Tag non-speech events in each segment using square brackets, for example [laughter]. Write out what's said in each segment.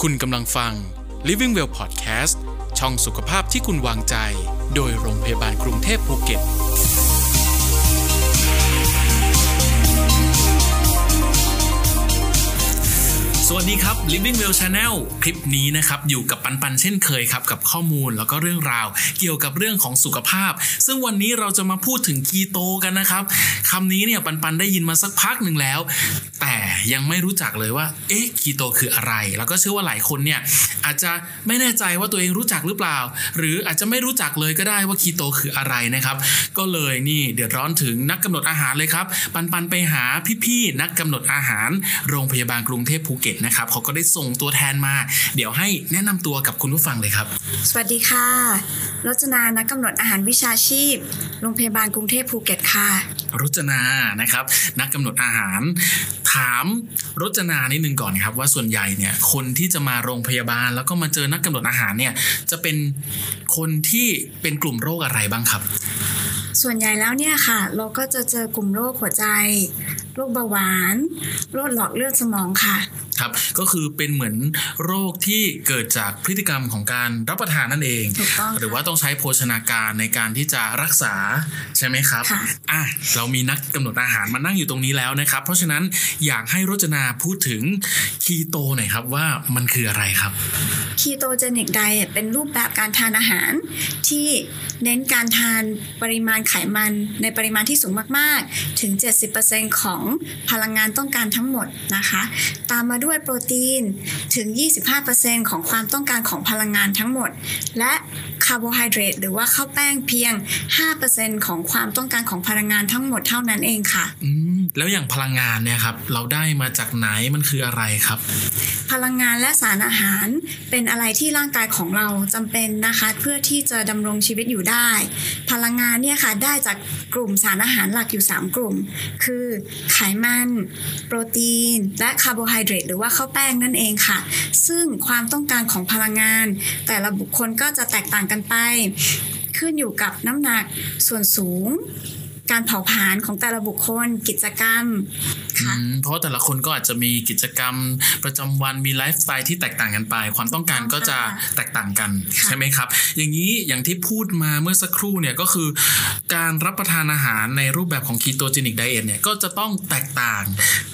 คุณกำลังฟัง Living Well Podcast ช่องสุขภาพที่คุณวางใจ โดยโรงพยาบาลกรุงเทพภูเก็ต สวัสดีครับ Living Well Channel คลิปนี้นะครับ อยู่กับปันปันเช่นเคยครับ กับข้อมูลแล้วก็เรื่องราว เกี่ยวกับเรื่องของสุขภาพ ซึ่งวันนี้เราจะมาพูดถึงคีโตกันนะครับคำนี้เนี่ยปันปันได้ยินมาสักพักหนึ่งแล้ว แต่ยังไม่รู้จักเลยว่า เอ๊ะคีโตคืออะไร แล้วก็เชื่อว่าหลายคนเนี่ยอาจจะไม่แน่ใจว่าตัวเองรู้จักหรือเปล่า หรืออาจจะไม่รู้จักเลยก็ได้ว่าคีโตคืออะไรนะครับ ก็เลยนี่เดือดร้อนถึงนักกำหนดอาหารเลยครับ ปันปันไปหาพี่ๆนักกำหนดอาหาร โรงพยาบาลกรุงเทพภูเก็ตนะครับเขาก็ได้ส่งตัวแทนมา เดี๋ยวให้แนะนำตัวกับคุณผู้ฟังเลยครับ สวัสดีค่ะ รจนา นักกำหนดอาหารวิชาชีพ โรงพยาบาลกรุงเทพภูเก็ตค่ะ รจนานะครับ นักกำหนดอาหาร ถามรจนานิดนึงก่อนครับ ว่าส่วนใหญ่เนี่ยคนที่จะมาโรงพยาบาล แล้วก็มาเจอนักกำหนดอาหารเนี่ยจะเป็นคนที่เป็นกลุ่มโรคอะไรบ้างครับ ส่วนใหญ่แล้วเนี่ยค่ะ เราก็จะเจอกลุ่มโรคหัวใจ โรคเบาหวาน โรคหลอดเลือดสมองค่ะ ครับ ก็คือเป็นเหมือนโรคที่เกิดจากพฤติกรรมของการรับประทานนั่นเอง ถูกต้องค่ะ หรือว่าต้องใช้โภชนาการในการที่จะรักษาใช่ไหมครับ ค่ะ อ่ะ เรามีนักกำหนดอาหารมานั่งอยู่ตรงนี้แล้วนะครับ เพราะฉะนั้นอยากให้รจนาพูดถึงคีโตหน่อยครับว่ามันคืออะไรครับ คีโตเจนิกไดเอทเป็นรูปแบบการทานอาหาร ที่เน้นการทานปริมาณไขมันในปริมาณที่สูงมาก ๆ ถึง 70%ของพลังงานต้องการทั้งหมดนะคะ ตามมาด้วยโปรตีนถึง 25%ของความต้องการของพลังงานทั้งหมด และคาร์โบไฮเดรตหรือว่าข้าวแป้งเพียง 5%ของความต้องการของพลังงานทั้งหมดเท่านั้นเองค่ะ อืมแล้วอย่างพลังงานเนี่ยครับเราได้มาจากไหนมันคืออะไรครับ พลังงานและสารอาหารเป็นอะไรที่ร่างกายของเราจำเป็นนะคะ เพื่อที่จะดำรงชีวิตอยู่ได้ พลังงานเนี่ยค่ะได้จากกลุ่มสารอาหารหลักอยู่ 3 กลุ่ม คือไขมัน โปรตีน และคาร์โบไฮเดรตหรือว่าข้าวแป้งนั่นเองค่ะ ซึ่งความต้องการของพลังงาน แต่ละบุคคลก็จะแตกต่างกันไป ขึ้นอยู่กับน้ำหนักส่วนสูง การเผาผลาญของแต่ละบุคคล กิจกรรมค่ะ อืมเพราะแต่ละคนก็อาจจะมีกิจกรรมประจำวันมีไลฟ์สไตล์ที่แตกต่างกันไป ความต้องการก็จะแตกต่างกัน ค่ะ ใช่ไหมครับ อย่างนี้อย่างที่พูดมาเมื่อสักครู่เนี่ยก็คือ การรับประทานอาหารในรูปแบบของคีโตเจนิกไดเอทเนี่ยก็จะต้องแตกต่าง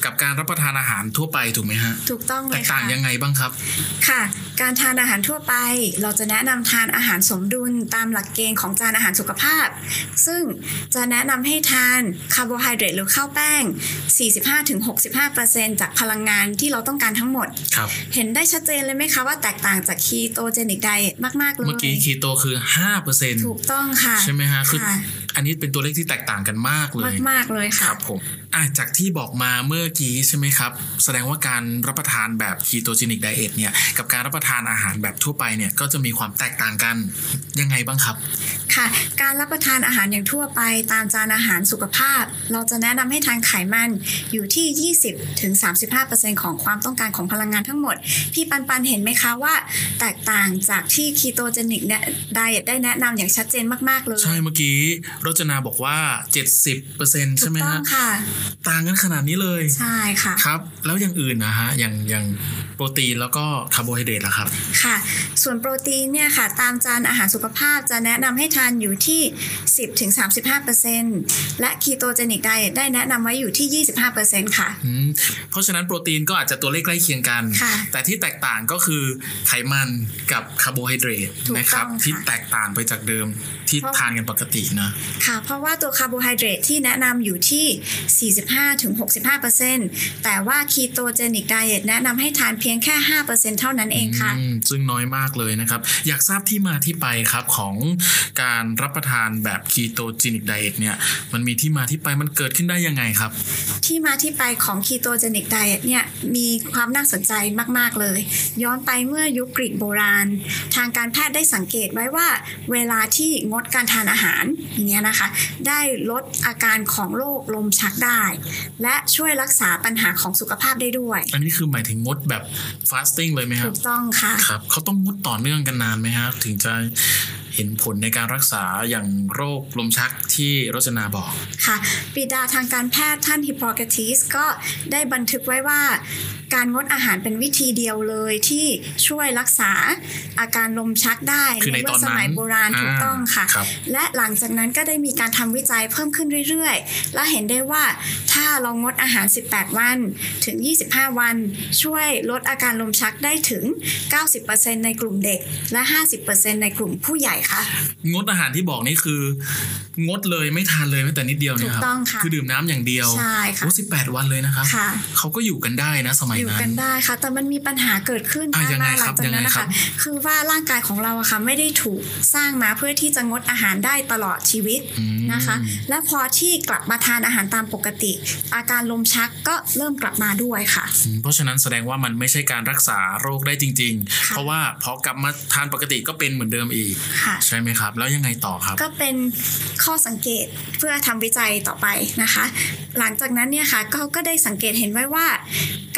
กับการรับประทานอาหารทั่วไปถูกไหมฮะ ถูกต้องเล แต ย ก ค่ะ ต่างยังไงบ้างครับ ค่ะ การทานอาหารทั่วไป เราจะแนะนำทานอาหารสมดุลตามหลักเกณฑ์ของจานอาหารสุขภาพ ซึ่งจะแนะนำให้ทานคาร์โบไฮเดรตหรือข้าวแป้ง 45-65%จากพลังงานที่เราต้องการทั้งหมด ครับ เห็นได้ชัดเจนเลยไหมคะว่าแตกต่างจากคีโตเจนิกไดมากๆเลย เมื่อกี้คีโตคือ5%เปอร์เซ็นต์ ถูกต้องค่ะ ใช่ไหมฮะคือ ค่ะ อันนี้เป็นตัวเลขที่แตกต่างกันมากเลย มากๆเลย ค ค่ะ รับผมอ่ะจากที่บอกมาเมื่อกี้ใช่ไหมครับ แสดงว่าการรับประทานแบบคีโตจินิกไดเอทเนี่ย กับการรับประทานอาหารแบบทั่วไปเนี่ย ก็จะมีความแตกต่างกันยังไงบ้างครับ ค่ะ การรับประทานอาหารอย่างทั่วไปตามจานอาหารสุขภาพ เราจะแนะนำให้ทานไขมันอยู่ที่ 20ถึง35%ของความต้องการของพลังงานทั้งหมด พี่ปันปันเห็นไหมคะว่า แตกต่างจากที่คีโตเจนิกไดเอทได้แนะนำอย่างชัดเจนมากๆเลย ใช่เมื่อกี้รจนาบอกว่า 70% ถู ใช่ ก ไหม ต้อ ฮะ งค่ะ ต่างกันขนาดนี้เลย ใช่ค่ะ ครับ แล้วอย่างอื่นนะฮะ อย่างอย่างโปรตีนแล้วก็คาร์โบไฮเดรตล่ะครับ ค่ะ ส่วนโปรตีนเนี่ยค่ะ ตามจานอาหารสุขภาพจะแนะนำให้ทานอยู่ที่ 10-35%และคีโตเจนิกไดเอทได้แนะนำไว้อยู่ที่ 25%ค่ะ อืมเพราะฉะนั้นโปรตีนก็อาจจะตัวเลขใกล้เคียงกัน ค่ะ แต่ที่แตกต่างก็คือไขมันกับคาร์โบไฮเดรต ถูก นะครับ ต้องค่ะ ที่แตกต่างไปจากเดิมที่ เพราะ ทานกันปกตินะ ค่ะ เพราะว่าตัวคาร์โบไฮเดรตที่แนะนำอยู่ที่ 45-65%แต่ว่าคีโตเจนิกไดเอทแนะนำให้ทานเพียงแค่ 5%เท่านั้นเองค่ะ อืมซึ่งน้อยมากเลยนะครับ อยากทราบที่มาที่ไปครับของการรับประทานแบบคีโตจินิกไดเอทเนี่ย มันมีที่มาที่ไปมันเกิดขึ้นได้ยังไงครับ ที่มาที่ไปของคีโตเจนิกไดเอทเนี่ยมีความน่าสนใจมาก ๆ เลย ย้อนไปเมื่อยุคกรีกโบราณ ทางการแพทย์ได้สังเกตไว้ว่า เวลาที่งดการทานอาหารอย่างเงี้ยนะคะ ได้ลดอาการของโรคลมชักได้ และช่วยรักษาปัญหาของสุขภาพได้ด้วย อันนี้คือหมายถึงงดแบบฟาสติ้งเลยไหมครั ถู บ กต้องค่ะ ครับเขาต้องงดต่อเนื่องกันนานไหมฮะถึงจะเห็นผลในการรักษาอย่างโรคลมชักที่รจนาบอก ค่ะปิดาทางการแพทย์ท่านฮิปโปร r ก t ีสก็ได้บันทึกไว้ว่า การงดอาหารเป็นวิธีเดียวเลยที่ช่วยรักษาอาการลมชักได้ คือในต เมื่ อน ส นั้น มัยโบราณถูกต้องค่ะ ครับ และหลังจากนั้นก็ได้มีการทำวิจัยเพิ่มขึ้นเรื่อยๆ และเห็นได้ว่าถ้าเรางดอาหาร 18 วันถึง 25 วัน ช่วยลดอาการลมชักได้ถึง 90%ในกลุ่มเด็ก และ 50%ในกลุ่มผู้ใหญ่ค่ะ งดอาหารที่บอกนี่คือ งดเลยไม่ทานเลยแม้แต่นิดเดียวเนยครับ ถูกต้องค่ะ คือดื่มน้ำอย่างเดียว ใช่ค่ะ โอ้สิบแปดวันเลยนะครับ ค่ะ เขาก็อยู่กันได้นะสมัย อยู่ นั้ กัน นได้ค่ะ แต่มันมีปัญหาเกิดขึ้น อ่ะยังไง ห ค ลั รับ จากนั้ยังนไง นะ ครั คะ บ คือว่าร่างกายของเราอะค่ะไม่ได้ถูกสร้างมาเพื่อที่จะงดอาหารได้ตลอดชีวิต อืม นะคะ และพอที่กลับมาทานอาหารตามปกติ อาการลมชักก็เริ่มกลับมาด้วยค่ะ อืมเพราะฉะนั้นแสดงว่ามันไม่ใช่การรักษาโรคได้จริง ๆ ค่ะ เพราะว่าพอกลับมาทานปกติก็เป็นเหมือนเดิมอีก ค่ะ ใช่ไหมครับ แล้วยังไงต่อครับ ก็เป็นข้อสังเกตเพื่อทำวิจัยต่อไปนะคะ หลังจากนั้นเนี่ยค่ะเขาก็ได้สังเกตเห็นไว้ว่า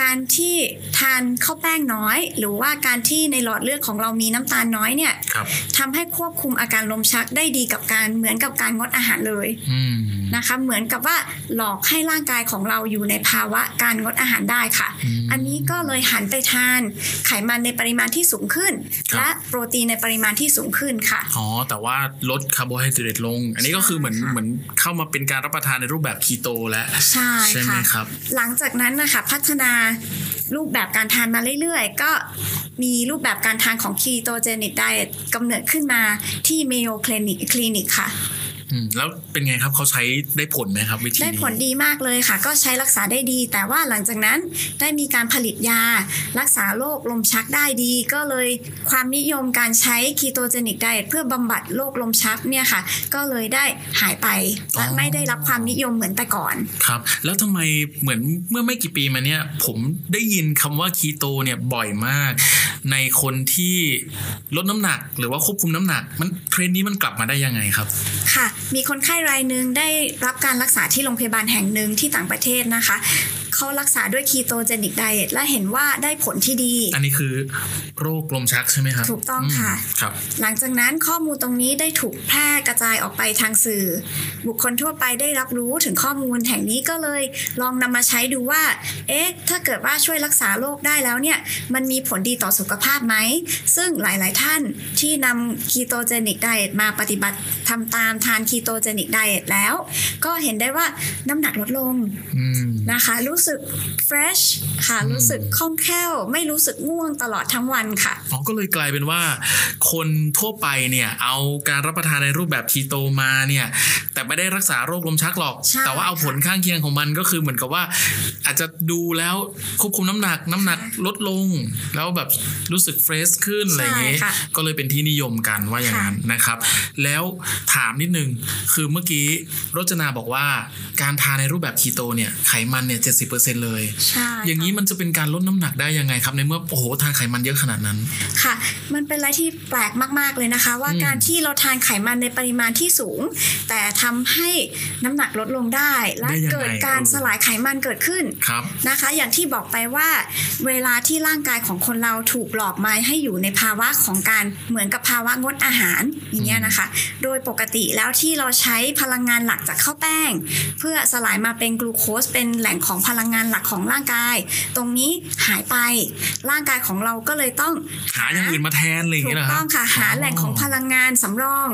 การที่ทานข้าวแป้งน้อย หรือว่าการที่ในหลอดเลือดของเรามีน้ำตาลน้อยเนี่ย ครับ ทำให้ควบคุมอาการลมชักได้ดีกับการเหมือนกับการงดอาหารเลย อืม นะคะ เหมือนกับว่าหลอกให้ร่างกายของเราอยู่ในภาวะการงดอาหารได้ค่ะ ม อันนี้ก็เลยหันไปทานไขมันในปริมาณที่สูงขึ้น ครับ และโปรตีนในปริมาณที่สูงขึ้นค่ะ อ๋อแต่ว่าลดคาร์โบไฮเดรตลง อันนี้ก็คือเหมือน ใช่ค่ะ เหมือนเข้ามาเป็นการรับประทานในรูปแบบคีโตแล้ว ใช่ ไหม ค่ะ ครับ หลังจากนั้นนะคะพัฒนารูปแบบการทานมาเรื่อยๆ ก็มีรูปแบบการทานของ ketogenic diet กำเนิดขึ้นมาที่ Mayo Clinic Clinic ค่ะ อืมแล้วเป็นไงครับเขาใช้ได้ผลไหมครับ วิธี ได้ นี้ ผลดีมากเลยค่ะ ก็ใช้รักษาได้ดี แต่ว่าหลังจากนั้นได้มีการผลิตยา รักษาโรคลมชักได้ดี ก็เลยความนิยมการใช้คีโตเจนิกไดเอทเพื่อบำบัดโรคลมชักเนี่ยค่ะ ก็เลยได้หายไปและไม่ได้รับความนิยมเหมือนแต่ก่อน ครับ แล้วทำไมเหมือนเมื่อไม่กี่ปีมาเนี่ย ผมได้ยินคำว่าคีโตเนี่ยบ่อยมาก ในคนที่ลดน้ำหนัก หรือว่าควบคุมน้ำหนัก มันเทรนด์นี้มันกลับมาได้ยังไงครับ ค่ะ มีคนไข้รายหนึ่งได้รับการรักษาที่โรงพยาบาลแห่งหนึ่งที่ต่างประเทศนะคะ เขารักษาด้วยคีโตเจนิกไดเอทและเห็นว่าได้ผลที่ดี อันนี้คือโรคลมชักใช่ไหมครับ ถูกต้องค่ะ มครับ หลังจากนั้นข้อมูลตรงนี้ได้ถูกแพร่กระจายออกไปทางสื่อ บุคคลทั่วไปได้รับรู้ถึงข้อมูลแห่งนี้ก็เลยลองนำมาใช้ดูว่า เอ๊ะ ถ้าเกิดว่าช่วยรักษาโรคได้แล้วเนี่ย มันมีผลดีต่อสุขภาพไหม ซึ่งหลาย ๆ ท่านที่นำคีโตเจนิกไดเอทมาปฏิบัติทำตามทานคีโตเจนิกไดเอทแล้ว ก็เห็นได้ว่าน้ำหนักลดลง อืม นะคะรู้สึก fresh ค่ะ อืม รู้สึกคล่องแคล่ว ไม่รู้สึกง่วงตลอดทั้งวันค่ะ อ๋อก็เลยกลายเป็นว่า คนทั่วไปเนี่ย เอาการรับประทานในรูปแบบคีโตมาเนี่ย แต่ไม่ได้รักษาโรคลมชักหรอก ใช่ แต่ว่าเอาผลข้างเคียงของมันก็คือเหมือนกับว่า อาจจะดูแล้วควบคุมน้ำหนัก น้ำหนักลดลง แล้วแบบรู้สึกเฟรชขึ้นอะไรอย่างนี้ ใช่ค่ะ ก็เลยเป็นที่นิยมกันว่าอย่างนั้นนะครับ แล้วถามนิดนึงคือเมื่อกี้รจนาบอกว่าการทานในรูปแบบคีโตเนี่ยไขมันเนี่ยเจ็ดสิบเปอร์เซ็นเลย ใช่ค่ะ อย่างนี้มันจะเป็นการลดน้ำหนักได้ยังไงครับในเมื่อโอ้โหทานไขมันเยอะขนาดนั้น ค่ะ มันเป็นอะไรที่แปลกมาก ๆ เลยนะคะ ว่า อืม การที่เราทานไขมันในปริมาณที่สูง แต่ทำให้น้ำหนักลดลงได้ และเกิดการสลายไขมันเกิดขึ้น ครับ นะคะอย่างที่บอกไปว่า เวลาที่ร่างกายของคนเราถูกหลอกมาให้อยู่ในภาวะของการเหมือนกับภาวะงดอาหารอย่างเงี้ยนะคะ โดยปกติแล้วที่เราใช้พลังงานหลักจากข้าวแป้ง เพื่อสลายมาเป็นกลูโคสเป็นแหล่งของพลังงานหลักของร่างกาย ตรงนี้หายไป ร่างกายของเราก็เลยต้อง หาอย่างอื่นมาแทนอะไรอย่าง ถู เงี้ย ก เหรอค ต้ รั อบ งค่ะหาแหล่งของพลังงานสำรอง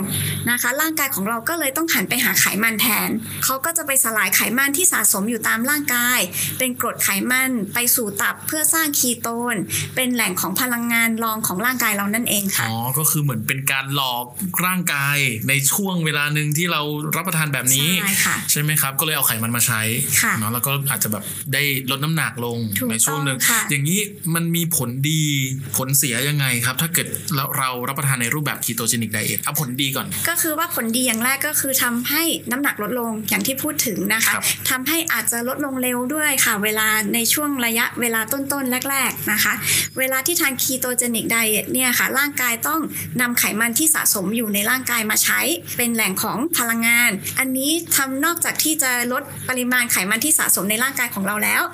นะคะ ร่างกายของเราก็เลยต้องหันไปหาไขมันแทนเขาก็จะไปสลายไขมันที่สะสมอยู่ตามร่างกาย เป็นกรดไขมันไปสู่ตับเพื่อสร้างคีโตน เป็นแหล่งของพลังงานรองของร่างกายเรานั่นเองค่ะ อ๋อ ก็คือเหมือนเป็นการหลอกร่างกายในช่วงเวลาหนึ่งที่เรารับประทานแบบนี้ ใช่ค่ะ ใช่ไหมครับ ก็เลยเอาไขมันมาใช้ ค่ะ เนาะแล้วก็อาจจะแบบได้ลดน้ำหนักลง ถูก ในช่วงหนึ่ง ต้องค่ะ อย่างนี้มันมีผลดีผลเสียยังไงครับ ถ้าเกิดเราเรารับประทานในรูปแบบคีโตเจนิกไดเอทเอาผลดีก่อน ก็คือว่าผลดีอย่างแรกก็คือทำให้น้ำหนักลดลงอย่างที่พูดถึงนะคะ ครับ ทำให้อาจจะลดลงเร็วด้วยค่ะ เวลาในช่วงระยะเวลาต้นๆแรก ๆนะคะ เวลาที่ทานคีโตเจนิกไดเอทเนี่ยค่ะ ร่างกายต้องนำไขมันที่สะสมอยู่ในร่างกายมาใช้ เป็นแหล่งของพลังงาน อันนี้ทำนอกจากที่จะลดปริมาณไขมันที่สะสมในร่างกายของเรา เราแล้ว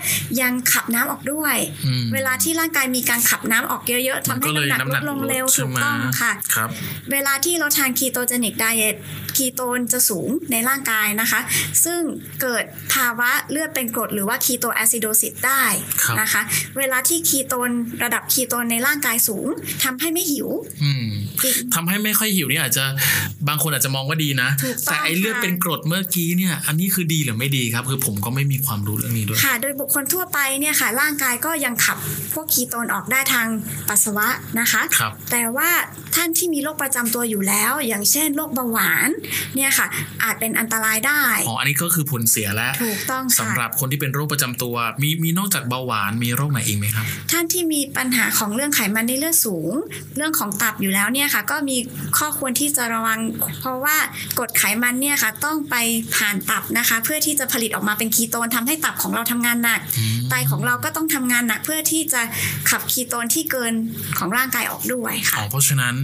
ยังขับน้ำออกด้วย อืม เวลาที่ร่างกายมีการขับน้ำออกเยอะๆทำ มัน ให้ ก็เลย น้ำหนัน้ำหนักลด ก ลงเร็ว ใช่ ถูก ไหม ต้องค่ะ ครับ เวลาที่เราทาน Ketogenic Diet คีโตนจะสูงในร่างกายนะคะ ซึ่งเกิดภาวะเลือดเป็นกรดหรือว่า Keto Acidosis ได้ ครับ นะคะ เวลาที่คีโตนระดับคีโตนในร่างกายสูงทำให้ไม่หิว อืม อีก ทำให้ไม่ค่อยหิวเนี่ยอาจจะบางคนอาจจะมองว่าดีนะ ถูกต้อง แต่ไอเลือด ค่ะ เป็นกรดเมื่อกี้เนี่ย อันนี้คือดีหรือไม่ดีครับ คือผมก็ไม่มีความรู้เรื่องนี้ด้วย ค่ะ โดยบุคคลทั่วไปเนี่ยค่ะ ร่างกายก็ยังขับพวกคีโตนออกได้ทางปัสสาวะนะคะ ครับ แต่ว่าท่านที่มีโรคประจำตัวอยู่แล้ว อย่างเช่นโรคเบาหวานเนี่ยค่ะ อาจเป็นอันตรายได้ อ๋อ อันนี้ก็คือผลเสียแล้ว ถูกต้อง สำ ค่ะ หรับคนที่เป็นโรคประจำตัว มีมีนอกจากเบาหวานมีโรคไหนอีกไหมครับ ท่านที่มีปัญหาของเรื่องไขมันในเลือดสูง เรื่องของตับอยู่แล้วเนี่ยค่ะ ก็มีข้อควรที่จะระวัง เพราะว่ากรดไขมันเนี่ยค่ะ ต้องไปผ่านตับนะคะ เพื่อที่จะผลิตออกมาเป็นคีโตนทำให้ตับของเราทำงานหนัก อืม ไตของเราก็ต้องทำงานหนักเพื่อที่จะขับคีโตนที่เกินของร่างกายออกด้วยค่ะ อ๋อเพราะฉะนั้น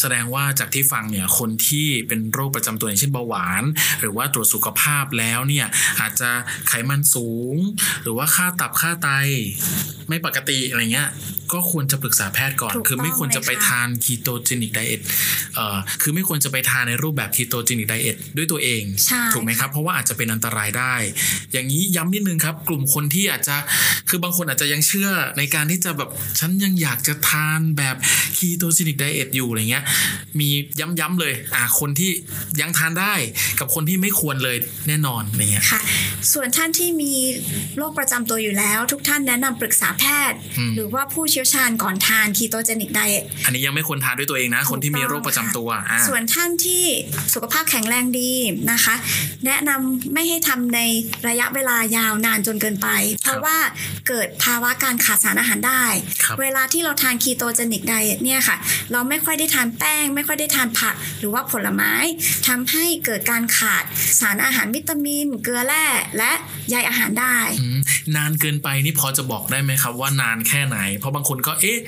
แสดงว่าจากที่ฟังเนี่ยคนที่เป็นโรคประจำตัวอย่างเช่นเบาหวาน หรือว่าตรวจสุขภาพแล้วเนี่ยอาจจะไขมันสูง หรือว่าค่าตับค่าไต ไม่ปกติอะไรเงี้ยก็ควรจะปรึกษาแพทย์ก่อน ถูก คือไม่ ต้อง ควรจะไป เลยค่ะ ทานคีโตเจนิกไดเอทเอ่อคือไม่ควรจะไปทานในรูปแบบคีโตเจนิกไดเอทด้วยตัวเอง ใช่ ถูกไหมครับ เพราะว่าอาจจะเป็นอันตรายได้ อย่างนี้ย้ำนิดนึงครับ กลุ่มคนที่อาจจะคือบางคนอาจจะยังเชื่อในการที่จะแบบฉันยังอยากจะทานแบบคีโตซินิกไดเอทอยู่อะไรเงี้ย มีย้ำๆเลยอ่ะคนที่ยังทานได้กับคนที่ไม่ควรเลยแน่นอนอะไรเงี้ย ค่ะส่วนท่านที่มีโรคประจำตัวอยู่แล้ว ทุกท่านแนะนำปรึกษาแพทย์ อืม หรือว่าผู้เชี่ยวชาญก่อนทานคีโตเจนิกไดเอท อันนี้ยังไม่ควรทานด้วยตัวเองนะ คนที่มีโรคประจำตัวอ่ะ ส่วนท่านที่สุขภาพแข็งแรงดีนะคะ แนะนำไม่ให้ทำในระยะเวลายาวนานจนเกินไป เพ ครั ราะ บ ว่าเกิดภาวะการขาดสารอาหารได้ ครับ เวลาที่เราทานคีโตเจนิกไดเอทเนี่ยค่ะ เราไม่ค่อยได้ทานแป้ง ไม่ค่อยได้ทานผัก หรือว่าผลไม้ทำให้เกิดการขาดสารอาหารวิตามิน เกลือแร่และใยอาหารได้ อืมนานเกินไปนี่พอจะบอกได้ไหมครับ ว่านานแค่ไหน เพราะบางคนก็เอ๊ะ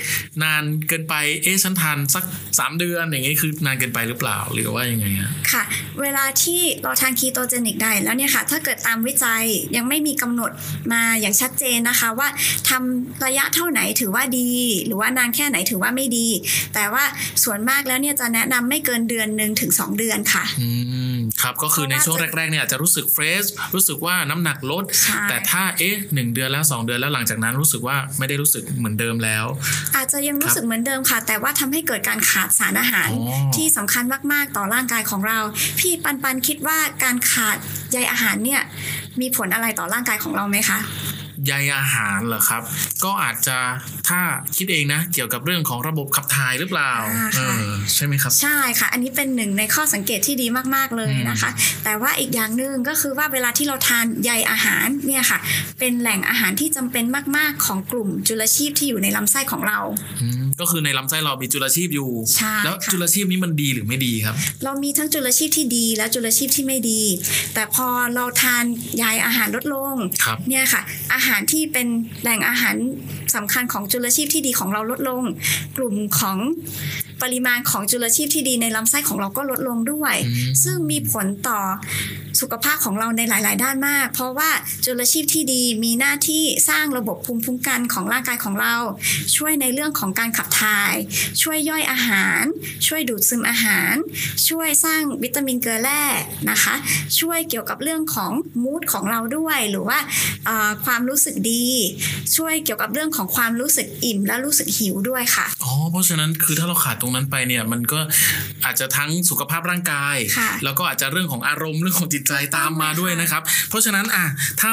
นานเกินไปเอ๊ะฉันทานสักสามเดือนอย่างงี้คือนานเกินไปหรือเปล่าหรือว่ายังไงฮะ ค่ะ เวลาที่เราทานคีโตเจนิกไดเอทแล้วเนี่ยค่ะ ถ้าเกิดตามวิจัยยังไม่มีกำหนดมาอย่างชัดเจนนะคะว่าทำระยะเท่าไหนถือว่าดี หรือว่านานแค่ไหนถือว่าไม่ดี แต่ว่าส่วนมากแล้วเนี่ยจะแนะนำไม่เกินเดือนหนึ่งถึงสองเดือนค่ะ อืมครับก็คือในช่วงแรกๆเนี่ยอาจจะรู้สึกเฟรชรู้สึกว่าน้ำหนักลด ใช่ แต่ถ้าเอ๊ะหนึ่งเดือนแล้วสองเดือนแล้วหลังจากนั้นรู้สึกว่าไม่ได้รู้สึกเหมือนเดิมแล้ว อาจจะยังรู้สึกเหมือนเดิมค่ะ แต่ว่าทำให้เกิดการขาดสารอาหาร อ๋อ ที่สำคัญมากๆต่อร่างกายของเรา พี่ปันปันคิดว่าการขาดใยอาหารเนี่ยมีผลอะไรต่อร่างกายของเราไหมคะ ใยอาหารเหรอครับ ก็อาจจะถ้าคิดเองนะ เกี่ยวกับเรื่องของระบบขับถ่ายหรือเปล่า อ่า เอ ค่ะ อใช่ไหมครับ ใช่ค่ะ อันนี้เป็นหนึ่งในข้อสังเกตที่ดีมาก ๆ เลยนะคะ แต่ว่าอีกอย่างหนึ่งก็คือว่าเวลาที่เราทานใยอาหารเนี่ยค่ะ เป็นแหล่งอาหารที่จำเป็นมาก ๆ ของกลุ่มจุลชีพที่อยู่ในลำไส้ของเรา อืมก็คือในลำไส้เรามีจุลชีพอยู่ ใช่ แล้ว ค่ะ จุลชีพนี้มันดีหรือไม่ดีครับ เรามีทั้งจุลชีพที่ดีและจุลชีพที่ไม่ดี แต่พอเราทานใยอาหารลดลง ครับ เนี่ยค่ะ อาหารที่เป็นแหล่งอาหารสำคัญของจุลชีพที่ดีของเราลดลง กลุ่มของปริมาณของจุลชีพที่ดีในลำไส้ของเราก็ลดลงด้วย อืม ซึ่งมีผลต่อสุขภาพของเราในหลาย ๆ ด้านมาก เพราะว่าจุลชีพที่ดีมีหน้าที่สร้างระบบภูมิคุ้มกันของร่างกายของเรา ช่วยในเรื่องของการขับถ่าย ช่วยย่อยอาหาร ช่วยดูดซึมอาหาร ช่วยสร้างวิตามินเกลือแร่นะคะ ช่วยเกี่ยวกับเรื่องของมูดของเราด้วย หรือว่าเอ่อความรู้สึกดี ช่วยเกี่ยวกับเรื่องของความรู้สึกอิ่มและรู้สึกหิวด้วยค่ะ อ๋อเพราะฉะนั้นคือถ้าเราขาดตรงนั้นไปเนี่ยมันก็อาจจะทั้งสุขภาพร่างกาย ค่ะ แล้วก็อาจจะเรื่องของอารมณ์เรื่องของจิตใจตามมาด้วยนะครับ เพราะฉะนั้นอ่ะถ้า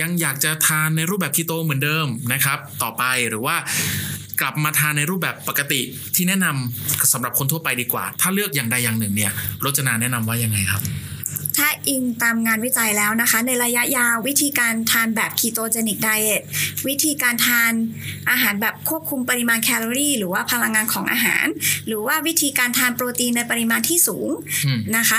ยังอยากจะทานในรูปแบบคีโตเหมือนเดิมนะครับ ต่อไปหรือว่ากลับมาทานในรูปแบบปกติที่แนะนำสำหรับคนทั่วไปดีกว่า ถ้าเลือกอย่างใดอย่างหนึ่งเนี่ยรจนาแนะนำว่ายังไงครับ ถ้าอิงตามงานวิจัยแล้วนะคะ ในระยะยาววิธีการทานแบบคีโตเจนิกไดเอทวิธีการทานอาหารแบบควบคุมปริมาณแคลอรี่ หรือว่าพลังงานของอาหาร หรือว่าวิธีการทานโปรตีนในปริมาณที่สูง อืม นะคะ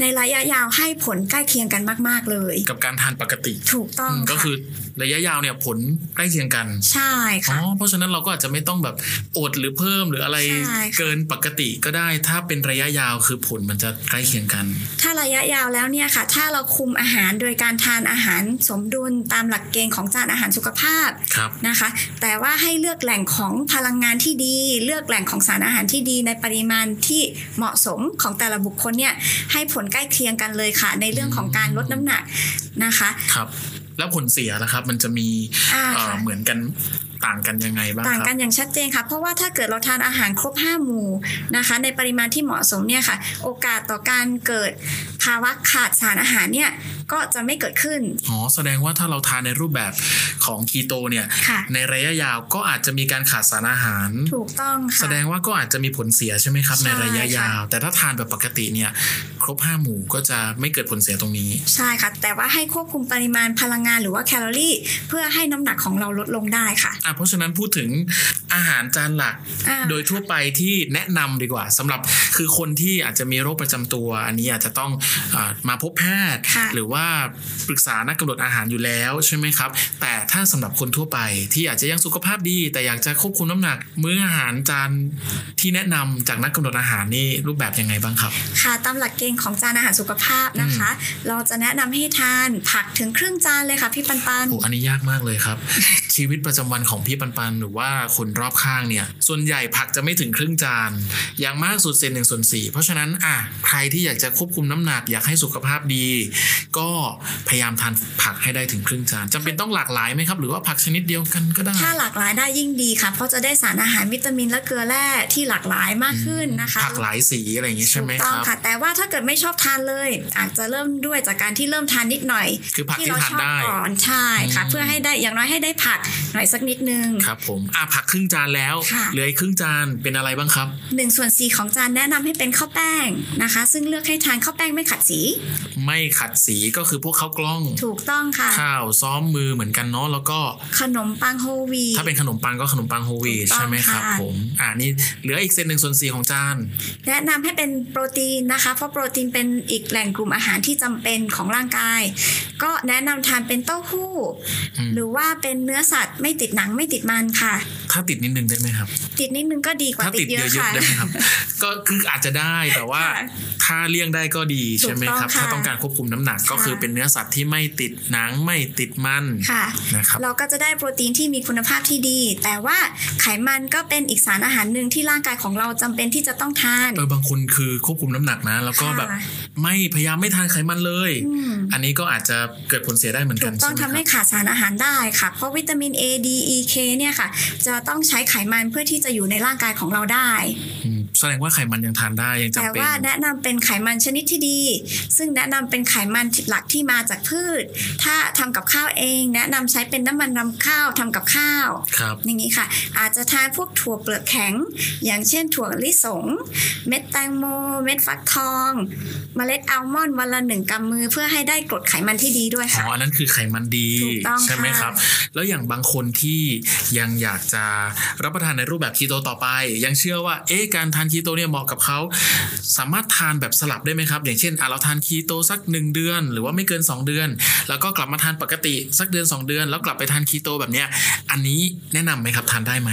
ในระยะยาวให้ผลใกล้เคียงกันมาก ๆ เลย กับการทานปกติ ถูกต้อง อืมก็ ค่ะ คือระยะยาวเนี่ยผลใกล้เคียงกัน ใช่ อ๋ ค่ะ อ เพราะฉะนั้นเราก็อาจจะไม่ต้องแบบอดหรือเพิ่มหรืออะไร ใช่ค่ะ เกินปกติก็ได้ ถ้าเป็นระยะยาวคือผลมันจะใกล้เคียงกัน ถ้าระยะยาว แล้วเนี่ยค่ะ ถ้าเราคุมอาหารโดยการทานอาหารสมดุลตามหลักเกณฑ์ของจานอาหารสุขภาพ ครับ นะคะแต่ว่าให้เลือกแหล่งของพลังงานที่ดี เลือกแหล่งของสารอาหารที่ดีในปริมาณที่เหมาะสมของแต่ละบุคคลเนี่ยให้ผลใกล้เคียงกันเลยค่ะ ในเรื่องของการลดน้ำหนักนะคะ ครับ แล้วผลเสียล่ะครับ มันจะมี อ่า เอ่อ ค่ะ เหมือนกันต่างกันยังไงบ้าง ต่าง ครั กันอย่างชัดเจนค่ะ เพราะว่าถ้าเกิดเราทานอาหารครบ 5 หมู่นะคะในปริมาณที่เหมาะสมเนี่ยค่ะ โอกาสต่อการเกิดภาวะขาดสารอาหารเนี่ยก็จะไม่เกิดขึ้น อ๋อแสดงว่าถ้าเราทานในรูปแบบของคีโตเนี่ย ค่ะ ในระยะยาวก็อาจจะมีการขาดสารอาหาร ถูกต้องค่ะ แสดงว่าก็อาจจะมีผลเสียใช่ไหมครับ ใช่ ในระยะ ค่ะ ยาว แต่ถ้าทานแบบปกติเนี่ย ครบห้าหมู่ก็จะไม่เกิดผลเสียตรงนี้ ใช่ค่ะ แต่ว่าให้ควบคุมปริมาณพลังงานหรือว่าแคลอรี่ เพื่อให้น้ำหนักของเราลดลงได้ค่ะ อ่ะเพราะฉะนั้นพูดถึงอาหารจานหลัก อ่า โดยทั่วไปที่แนะนำดีกว่าสำหรับคือคนที่อาจจะมีโรคประจำตัว อันนี้อาจจะต้องอามาพบแพทย์ ค่ะ หรือว่าปรึกษานักกำหนดอาหารอยู่แล้วใช่ไหมครับ แต่ถ้าสำหรับคนทั่วไปที่อาจจะยังสุขภาพดี แต่อยากจะควบคุมน้ำหนัก มื้ออาหารจานที่แนะนำจากนักกำหนดอาหารนี่รูปแบบยังไงบ้างครับ ค่ะตามหลักเกณฑ์ของจานอาหารสุขภาพนะคะ เราจะแนะนำให้ทานผักถึงครึ่งจานเลยค่ะพี่ปันปัน โอ้อันนี้ยากมากเลย [laughs] ครับ ชีวิตประจำวันของพี่ปันปันหรือว่าคนรอบข้างเนี่ย ส่วนใหญ่ผักจะไม่ถึงครึ่งจาน อย่างมากสุดเศษหนึ่งส่วนสี่เพราะฉะนั้นอ่ะใครที่อยากจะควบคุมน้ำหนักอยากให้สุขภาพดี ก็พยายามทานผักให้ได้ถึงครึ่งจานจำเป็นต้องหลากหลายไหมครับ หรือว่าผักชนิดเดียวกันก็ได้ ถ้าหลากหลายได้ยิ่งดีค่ะ เพราะจะได้สารอาหารวิตามินและเกลือแร่ที่หลากหลายมากขึ้นนะคะ ผักหลายสีอะไรอย่างงี้ใช่ ถู ไหมกคต้อง รับ ค่ะ แต่ว่าถ้าเกิดไม่ชอบทานเลย อาจจะเริ่มด้วยจากการที่เริ่มทานนิดหน่อย คือผัก ที่ ที่ เรา ทาน ชอบ ได้ ก่อนใช่ค่ะ อืม เพื่อให้ได้อย่างน้อยให้ได้ผักหน่อยสักนิดนึง ครับผมอ่ะผักครึ่งจานแล้ว ค่ะ เหลืออีกครึ่งจานเป็นอะไรบ้างครับ หนึ่งส่วนสีของจานแนะนำให้เป็นข้าวแป้งนะคะ ซึ่งเลือกให้ทานข้าวแป้งไม่ขัดสี ไม่ขัดสีก็คือพวกข้าวกล้อง ถูกต้องค่ะ ข้าวซ้อมมือเหมือนกันเนาะแล้วก็ ขนมปังโฮลวี ถ้าเป็นขนมปังก็ขนมปังโฮลวี ถู ท กต้อง ใช่ไหมครับ ค่ะ ผมอ่านี่เหลืออีกเซตหนึ่งส่วนสี่ของจาน แนะนำให้เป็นโปรตีนนะคะ เพราะโปรตีนเป็นอีกแหล่งกลุ่มอาหารที่จำเป็นของร่างกาย ก็แนะนำทานเป็นเต้าหู้ อืม หรือว่าเป็นเนื้อสัตว์ไม่ติดหนังไม่ติดมันค่ะ ถ้าติดนิดนึงได้ไหมครับ ติดนิดนึงก็ดีกว่า ถ้า ติ ติ ด ด เย เยอะอะค่ะ ๆได้ไหมครับ ก็คืออาจจะได้แต่ว่า ค่ะ ถ้าเลี่ยงได้ก็ดี ถูก ใช่ไหมครับ ต้องค่ะ ถ้าต้องการควบคุมน้ำหนักก็ ค่ะ คือเป็นเนื้อสัตว์ที่ไม่ติดหนังไม่ติดมัน ค่ะ นะครับ เราก็จะได้โปรตีนที่มีคุณภาพที่ดี แต่ว่าไขมันก็เป็นอีกสารอาหารหนึ่งที่ร่างกายของเราจำเป็นที่จะต้องทาน เออบางคนคือควบคุมน้ำหนักนะ แล้วก็แบบ ค่ะ ไม่พยายามไม่ทานไขมันเลย อืม อันนี้ก็อาจจะเกิดผลเสียได้เหมือน ถู กัน กต้ ใช่ อง ไหมครับทำให้ขาดสารอาหารได้ค่ะ เพราะวิตามิน A D E K เนี่ยค่ะ จะต้องใช้ไขมันเพื่อที่จะอยู่ในร่างกายของเราได้ อืมแสดงว่าไขมันยังทานได้ยังจำ แต่ เป็น ว่าแนะนำเป็นไขมันชนิดที่ดี ซึ่งแนะนำเป็นไขมันหลักที่มาจากพืช ถ้าทำกับข้าวเอง แนะนำใช้เป็นน้ำมันรำข้าวทำกับข้าว ครับ อย่างนี้ค่ะ อาจจะทานพวกถั่วเปลือกแข็ง อย่างเช่นถั่วลิสง เม็ดแตงโม เม็ดฟักทอง เมล็ดอัลมอนด์วันละหนึ่งกำมือเพื่อให้ได้กรดไขมันที่ดีด้วย อ๋ ค่ะ ออันนั้นคือไขมันดี ถูกต้อง ใช่ไหมคค่ะรับ แล้วอย่างบางคนที่ยังอยากจะรับประทานในรูปแบบคีโตต่อไป ยังเชื่อว่าเอ๊ะการทานคีโตเนี่ยเหมาะกับเขา สามารถทานแบบสลับได้ไหมครับ อย่างเช่นอ่ะเราทานคีโตสัก 1 เดือน หรือว่าไม่เกิน 2 เดือน แล้วก็กลับมาทานปกติสักเดือน 2 เดือน แล้วกลับไปทานคีโตแบบเนี้ยอันนี้แนะนำไหมครับทานได้ไหม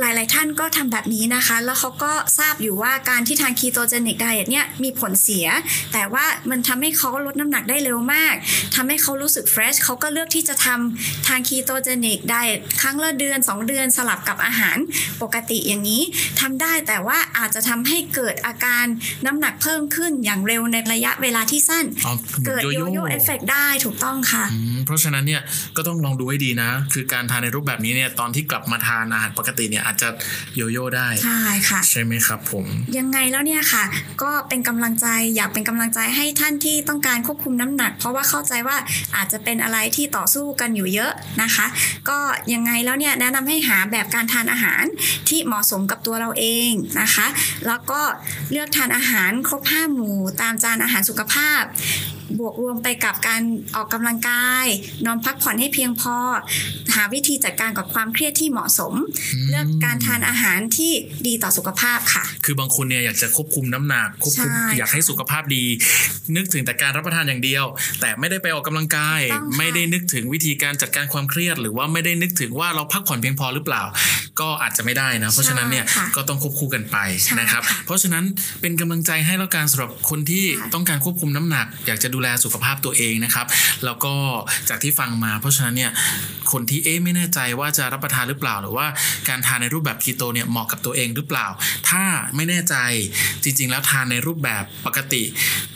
หลาย ๆ ท่านก็ทำแบบนี้นะคะ แล้วเขาก็ทราบอยู่ว่าการที่ทานคีโตเจนิกไดเอทเนี่ยมีผลเสีย แต่ว่ามันทำให้เขาลดน้ำหนักได้เร็วมากทำให้เขารู้สึกเฟรชเขาก็เลือกที่จะทำทานคีโตเจนิกไดเอทครั้งละเดือน 2 เดือนสลับกับอาหารปกติอย่างนี้ทำได้แต่ว่าอาจจะทำให้เกิดอาการน้ำหนักเพิ่มขึ้นอย่างเร็วในระยะเวลาที่สั้น อ๋อ เกิดโยโย่เอฟเฟกได้ถูกต้องค่ะ อืมเพราะฉะนั้นเนี่ยก็ต้องลองดูให้ดีนะ คือการทานในรูปแบบนี้เนี่ยตอนที่กลับมาทานอาหารปกติเนี่ยอาจจะโยโย่ได้ ใช่ค่ะ ใช่ไหมครับผม ยังไงแล้วเนี่ยค่ะ ก็เป็นกำลังใจอยากเป็นกำลังใจให้ท่านที่ต้องการควบคุมน้ำหนัก เพราะว่าเข้าใจว่าอาจจะเป็นอะไรที่ต่อสู้กันอยู่เยอะนะคะ ก็ยังไงแล้วเนี่ยแนะนำให้หาแบบการทานอาหารที่เหมาะสมกับตัวเราเองนะคะ แล้วก็เลือกทานอาหารครบห้าหมู่ตามจานอาหารสุขภาพ บวกรวมไปกับการออกกำลังกาย นอนพักผ่อนให้เพียงพอ หาวิธีจัดการกับความเครียดที่เหมาะสม เลือกการทานอาหารที่ดีต่อสุขภาพค่ะ คือบางคนเนี่ยอยากจะควบคุมน้ำหนักควบคุม ใช่ค่ะ อยากให้สุขภาพดี นึกถึงแต่การรับประทานอย่างเดียว แต่ไม่ได้ไปออกกำลังกาย ถูกต้องค่ะ ไม่ได้นึกถึงวิธีการจัดการความเครียด หรือว่าไม่ได้นึกถึงว่าเราพักผ่อนเพียงพอหรือเปล่า ก็อาจจะไม่ได้นะ เพราะฉะนั้นเนี่ย ใช่ค่ะ ก็ต้องควบคู่กันไป ใช่ นะครับ ค่ะ เพราะฉะนั้นเป็นกำลังใจให้แล้วกันสำหรับคนที่ ค่ะ ต้องการควบคุมน้ำหนัก อยากจะดูแลสุขภาพตัวเองนะครับ แล้วก็จากที่ฟังมา เพราะฉะนั้นเนี่ยคนที่เอ๊ะไม่แน่ใจว่าจะรับประทานหรือเปล่า หรือว่าการทานในรูปแบบคีโตเนี่ยเหมาะกับตัวเองหรือเปล่า ถ้าไม่แน่ใจจริง ๆ แล้วทานในรูปแบบปกติ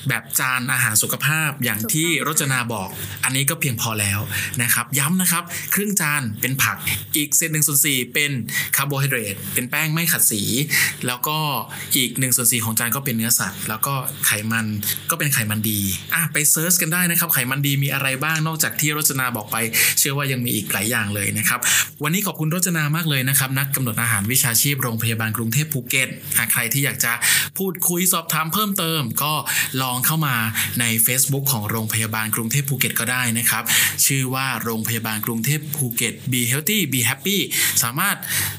แบบจานอาหารสุขภาพอย่างที่รจนาบอก อันนี้ก็เพียงพอแล้วนะครับย้ำนะครับ ครึ่งจานเป็นผักอีกเศษหนึ่งส่วนสี่เป็นคาร์โบไฮเดรตเป็นแป้งไม่ขัดสี แล้วก็อีก1นส่วนสของจานก็เป็นเนื้อสัตว์ แล้วก็ไขมันก็เป็นไขมันดีอ่ะไปเซิร์ชกันได้นะครับ ไขมันดีมีอะไรบ้างนอกจากที่รจนาบอกไป เชื่อว่ายังมีอีกหลายอย่างเลยนะครับ วันนี้ขอบคุณรจนามากเลยนะครับ นักกำหนดอาหารวิชาชีพโรงพยาบาลกรุงเทพภูเก็ตหากใครที่อยากจะพูดคุยสอบถามเพิ่มเติม ก็ลองเข้ามาใน Facebook ของโรงพยาบาลกรุงเทพภูเก็ตก็ได้นะครับ ชื่อว่าโรงพยาบาลกรุงเทพภูเก็ต Be Healthy Be Happy สามารถ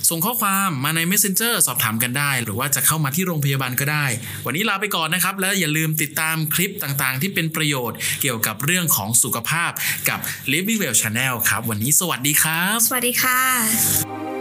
ส่งข้อความมาใน Messenger สอบถามกันได้ หรือว่าจะเข้ามาที่โรงพยาบาลก็ได้ วันนี้ลาไปก่อนนะครับ แล้วอย่าลืมติดตามคลิปต่างๆ ที่เป็นประโยชน์เกี่ยวกับเรื่องของสุขภาพกับ Living Well Channel ครับ วันนี้สวัสดีครับ สวัสดีค่ะ